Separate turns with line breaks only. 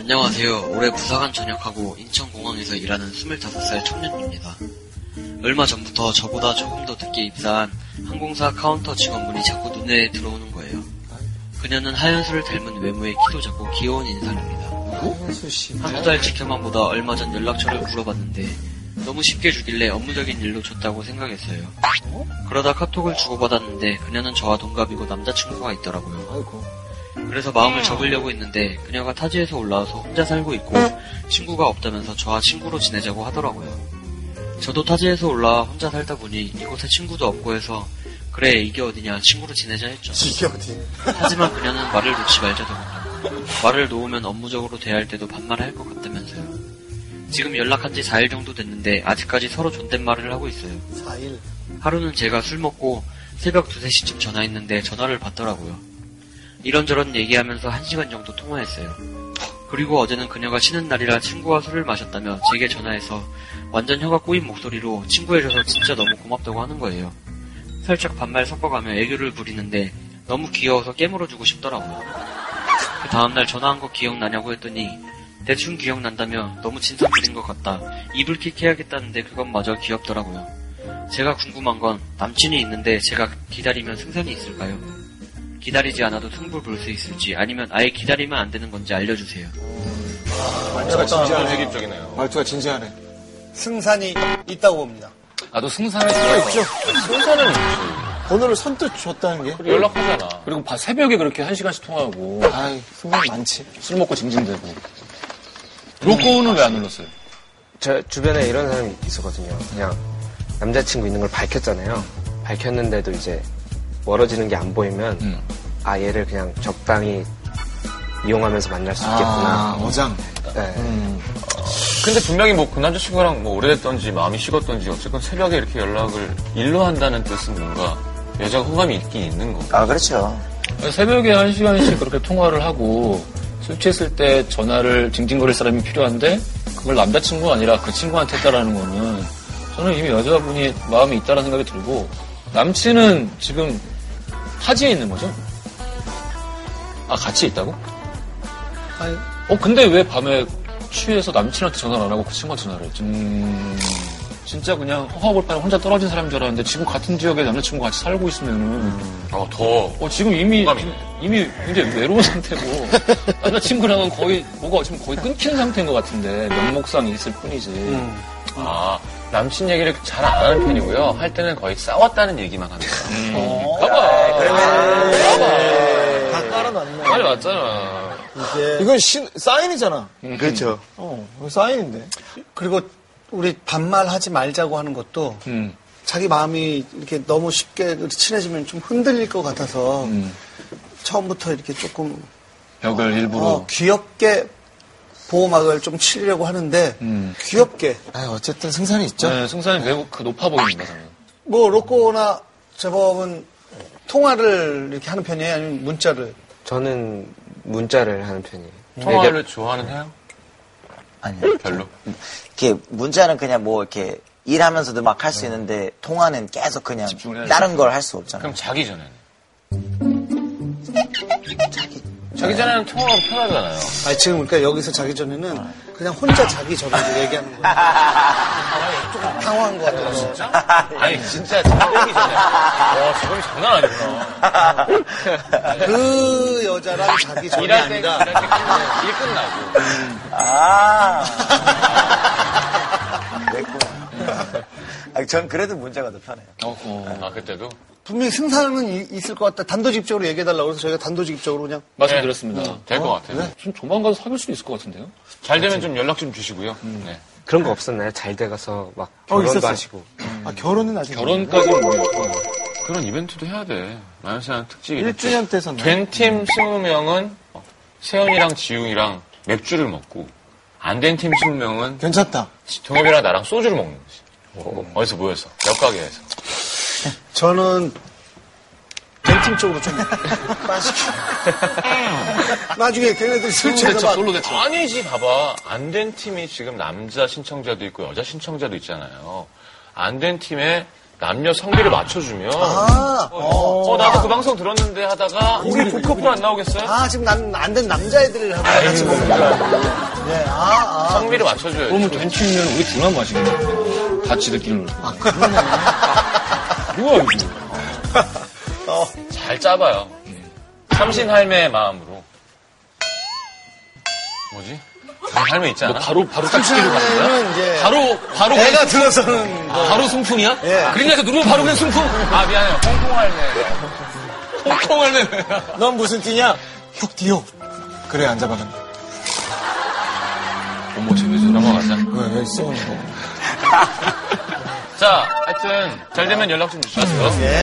안녕하세요. 올해 부사관 전역하고 인천공항에서 일하는 25살 청년입니다. 얼마 전부터 저보다 조금 더 늦게 입사한 항공사 카운터 직원분이 자꾸 눈에 들어오는 거예요. 그녀는 하연수를 닮은 외모에 키도 작고 귀여운 인상입니다.
한수 씨.
한두 달 지켜만 보다 얼마 전 연락처를 물어봤는데 너무 쉽게 주길래 업무적인 일로 줬다고 생각했어요. 그러다 카톡을 주고받았는데 그녀는 저와 동갑이고 남자친구가 있더라고요.
아이고.
그래서 마음을 접으려고 했는데 그녀가 타지에서 올라와서 혼자 살고 있고 친구가 없다면서 저와 친구로 지내자고 하더라고요. 저도 타지에서 올라와 혼자 살다 보니 이곳에 친구도 없고 해서 그래 이게 어디냐 친구로 지내자 했죠.
이게 어디?
하지만 그녀는 말을 놓지 말자더군요. 말을 놓으면 업무적으로 대할 때도 반말할 것 같다면서요. 지금 연락한 지 4일 정도 됐는데 아직까지 서로 존댓말을 하고 있어요.
4일.
하루는 제가 술 먹고 새벽 2, 3시쯤 전화했는데 전화를 받더라고요. 이런저런 얘기하면서 한시간 정도 통화했어요. 그리고 어제는 그녀가 쉬는 날이라 친구와 술을 마셨다며 제게 전화해서 완전 혀가 꼬인 목소리로 친구해줘서 진짜 너무 고맙다고 하는 거예요. 살짝 반말 섞어가며 애교를 부리는데 너무 귀여워서 깨물어주고 싶더라고요. 그 다음날 전화한 거 기억나냐고 했더니 대충 기억난다며 너무 진상 부린 것 같다. 이불킥 해야겠다는데 그것마저 귀엽더라고요. 제가 궁금한 건 남친이 있는데 제가 기다리면 승산이 있을까요? 기다리지 않아도 승부를 볼 수 있을지 아니면 아예 기다리면 안 되는 건지 알려주세요.
말투가 진지하네.
책임적이네요.
말투가 진지하네. 승산이 있다고 봅니다.
나도 승산을 좋아해요.
승산은 번호를 선뜻 줬다는 게.
연락하잖아. 그리고 봐, 새벽에 그렇게 한 시간씩 통화하고
아이, 승산 많지.
술 먹고 징징대고. 로꼬는 왜 안 눌렀어요?
저 주변에 이런 사람이 있었거든요. 그냥 남자친구 있는 걸 밝혔잖아요. 밝혔는데도 이제 멀어지는 게 안 보이면
음.
아 얘를 그냥 적당히 이용하면서 만날 수
아,
있겠구나.
어장.
네.
근데 분명히 뭐 그 남자친구랑 뭐 오래됐던지 마음이 식었던지 어쨌건 새벽에 이렇게 연락을 일로 한다는 뜻은 뭔가 여자가 호감이 있긴 있는 거고.
아, 그렇죠.
새벽에 한 시간씩 그렇게 통화를 하고 술 취했을 때 전화를 징징거릴 사람이 필요한데 그걸 남자친구가 아니라 그 친구한테 했다라는 거는 저는 이미 여자분이 마음이 있다는 생각이 들고 남친은 지금 타지에 있는 거죠? 아 같이 있다고? 어 근데 왜 밤에 취해서 남친한테 전화를 안 하고 그 친구한테 전화를 했지? 음, 진짜 그냥 허허벌판에 혼자 떨어진 사람인 줄 알았는데 지금 같은 지역에 남자친구가 같이 살고 있으면은
어, 더.
어, 지금 이미,
공감이네.
이미 굉장히 외로운 상태고, 남자친구랑은 거의, 뭐가 지금 거의 끊긴 상태인 것 같은데, 명목상 있을 뿐이지.
아, 남친 얘기를 잘 안 하는 편이고요. 할 때는 거의 싸웠다는 얘기만 합니다.
음. 어. 봐봐!
다 깔아놨네.
빨리 왔잖아.
이건 신, 사인이잖아.
그렇죠.
어, 이거 사인인데.
그리고 우리 반말하지 말자고 하는 것도
음.
자기 마음이 이렇게 너무 쉽게 친해지면 좀 흔들릴 것 같아서
음.
처음부터 이렇게 조금
벽을 일부러.
어, 귀엽게 보호막을 좀 치려고 하는데 귀엽게
아, 어쨌든 승산이 있죠.
네, 승산이 매우 그 높아 보입니다, 저는.
뭐 로꼬나 제법은 통화를 이렇게 하는 편이에요 아니면 문자를
저는 문자를 하는 편이에요. 그러니까
통화를 좋아하는 해요?
어,
아니요.
별로.
이렇게 문자는 그냥 뭐 이렇게 일하면서도 막 할 수 있는데 통화는 계속 그냥
집중을 해야죠.
다른 걸 할 수 없잖아요.
그럼 자기 전에는? 자기 전에는 통화가 편하잖아요.
아니 지금 그러니까 여기서 자기 전에는 그냥 혼자 자기 전에 얘기하는 거예요 조금 당황한 것 같아요
아니, 진짜 자기 전에. 와, 저건 장난 아니구나.
그 여자랑 자기 전이
일할 때,
아니라
일할 때 끝나고, 일 끝나고.
아. 됐구나. 아, 전 그래도 문자가 더 편해요.
어, 어.
아, 그때도?
분명히 승산은 이- 있을 것 같다. 단도직입적으로 얘기해달라고 그래서 저희가 단도직입적으로 그냥
말씀드렸습니다.
네.
어? 네.
될 것 같아요.
좀 조만간 사귈 수도 있을 것 같은데요?
잘 되면 좀 연락 좀 주시고요.
음.
네.
그런 거 없었나요? 잘 돼가서 막
어,
결혼도
있었어요.
하시고.
아, 결혼은 아직.
결혼까지는
뭐,
모르겠고.
그런 이벤트도 해야 돼. 마연씨랑 특집이.
1주년 때선
된팀 20명은 세연이랑 지웅이랑 맥주를 먹고, 안 된 팀 20명은
괜찮다.
동엽이랑 나랑 소주를 먹는 거지. 어디서 모여서? 역가게에서.
저는 델팀 쪽으로 좀 빠지게. 음. 나중에 걔네들이 술
대처,
취해서 막
솔로 대처.
아니지, 봐봐. 안 된 팀이 지금 남자 신청자도 있고 여자 신청자도 있잖아요. 안 된 팀에 남녀 성비를 맞춰주면
아, 어.
어 나도 그 방송 들었는데 하다가 우리 복커플 안 나오겠어요?
아, 지금 난 안 된 남자애들을 하고 같이 먹는 거 네, 아, 아.
성비를 맞춰줘요.
그러면 된치면 우리 둘만 마시는 거야. 같이 느끼는 걸. 아, 뭐야, 이거.
잘 짜봐요. 삼신 할매의 마음으로. 뭐지? 할매 있잖아.
바로, 바로 딱
그 다음에는 이제
바로 바로
네.
애가 들어서는
아, 바로 승풍이야?
예.
그린라이트 누르면 바로 그냥 승풍. 아 미안해요. 홍콩 할매. 홍콩 할매.
넌 무슨 띠냐? 혁 띠요. 그래, 앉아봐.
어머 쟤왜 넘어가자.
왜, 왜 쏘는 거?
자, 하여튼 잘 되면 연락 좀 주시고요.